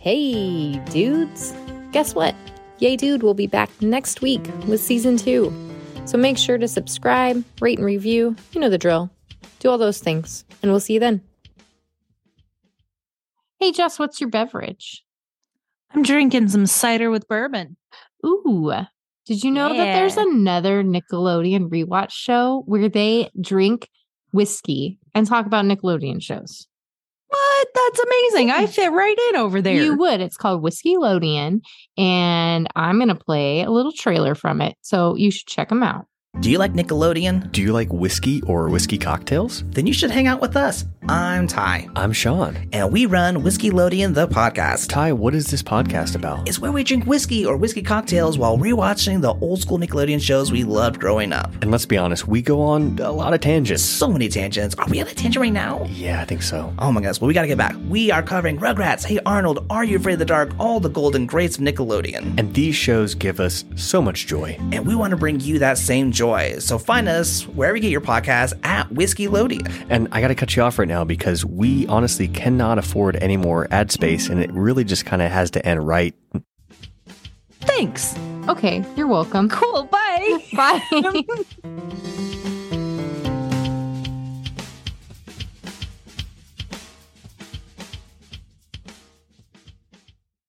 Hey, dudes! Guess what? Yay Dude will be back next week with season two. So make sure to subscribe, rate, and review. You know the drill. Do all those things, and we'll see you then. Hey, Jess, what's your beverage? I'm drinking some cider with bourbon. Ooh. Did you know that there's Yeah. another Nickelodeon rewatch show where they drink whiskey and talk about Nickelodeon shows? What? That's amazing. I fit right in over there. You would. It's called Whiskey Lodian, and I'm going to play a little trailer from it. So you should check them out. Do you like Nickelodeon? Do you like whiskey or whiskey cocktails? Then you should hang out with us. I'm Ty, I'm Sean. and we run Whiskey Lodian the podcast. Ty, what is this podcast about? It's where we drink whiskey or whiskey cocktails while rewatching the old school Nickelodeon shows we loved growing up. And let's be honest, we go on a lot of tangents. So many tangents. Are we on a tangent right now? Yeah, I think so. Oh my gosh, well, we gotta get back. We are covering Rugrats, Hey Arnold, Are You Afraid of the Dark, all the golden greats of Nickelodeon. And these shows give us so much joy. And we wanna bring you that same joy. So find us wherever you get your podcast at Whiskey Lodian. And I got to cut you off right now because we honestly cannot afford any more ad space, and it really just kind of has to end right. Thanks. Okay, you're welcome. Cool. Bye. Bye.